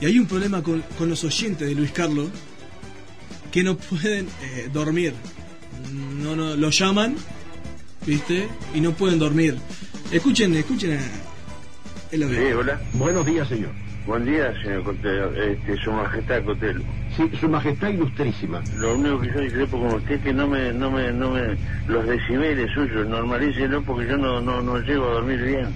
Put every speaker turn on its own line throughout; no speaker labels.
Y hay un problema con, con los oyentes de Luis Carlos que no pueden eh, dormir. No, no, lo llaman, ¿viste? Y no pueden dormir. Escuchen, escuchen a- es lo que-
Sí, hola.
Buenos días, señor.
Buen día, señor Cotelo. Este, su majestad Cotelo.
Sí, su majestad ilustrísima.
Lo único que yo discrepo con usted es que no me, no me, no me, los decibeles suyos, normalícenlo porque yo no, no, no llego a dormir bien.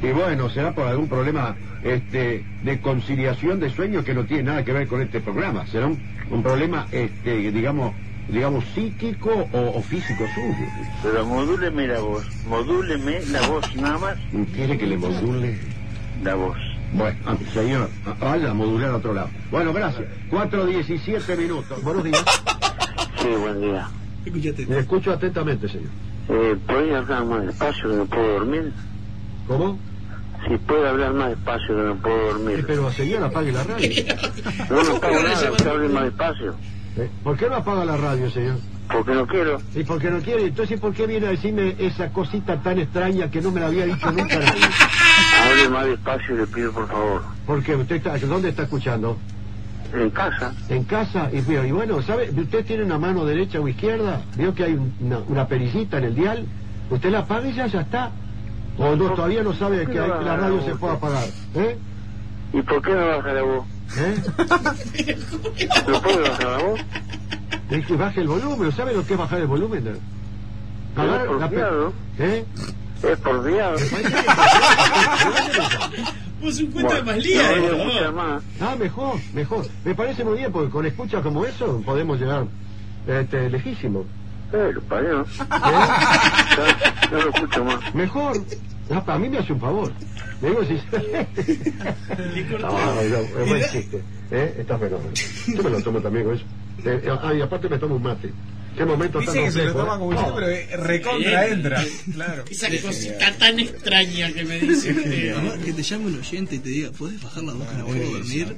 Y bueno, será por algún problema este, de conciliación de sueño que no tiene nada que ver con este programa. Será un, un problema, este, digamos, digamos psíquico o, o físico suyo.
Pero modúleme la voz, modúleme la voz, nada más
¿Quiere que le module?
la voz.
Bueno, ah, señor, ah, vaya a modular a otro lado. Bueno, gracias. 4.17 minutos. Buenos días.
Sí, buen día.
Escuchate.
Le escucho atentamente, señor.
Eh, ¿Podés hablar más despacio que no puedo dormir?
¿Cómo?
Si puede hablar más despacio que no puedo
Eh,
dormir.
pero, señor, apague la radio.
No, no puedo nada, usted hable más despacio.
Eh, ¿Por qué no apaga la radio, señor?
Porque no quiero.
Y porque no quiere, entonces ¿por qué viene a decirme esa cosita tan extraña que no me la había dicho nunca nadie?
Hable más despacio, le pido por favor.
Porque usted está, ¿dónde está escuchando?
En casa.
En casa, y, pero, y bueno, ¿sabe? ¿Usted tiene una mano derecha o izquierda? ¿Vio que hay un- una, una pericita en el dial? Usted la apaga y ya, ya está. O no, todavía no sabe que, hay- que la radio se puede apagar. ¿Eh?
¿Y por qué no baja la voz?
¿Eh?
¿No puede bajar la voz?
Es que baje el volumen, ¿sabe lo que es bajar el volumen? Agarra
por
pe-
fiado.
¿Eh?
Es por diablo.
Vos un cuento
Bueno,
de más
no,
lía,
me
¿no?
gusta más.
Ah, mejor, mejor. Me parece muy bien, porque con escuchas como eso podemos llegar este, lejísimo.
Eh, lo parió.
¿eh?
Ya, No lo escucho más.
Mejor. Ah, pa- a mí me hace un favor. Le digo sinceramente. No, no, no, es buen chiste. ¿eh? Está fenómeno. Yo me lo tomo también con eso. Eh, eh, ah, y aparte me tomo un mate. Qué momento
Dice
tan
que se lo
complejo,
toma
¿eh?
como chiste, pero eh, recontra entra. Claro.
Esa cosita tan extraña que me dice usted.
Además, que te llame un oyente y te diga, ¿podés bajar la voz que no puedo dormir?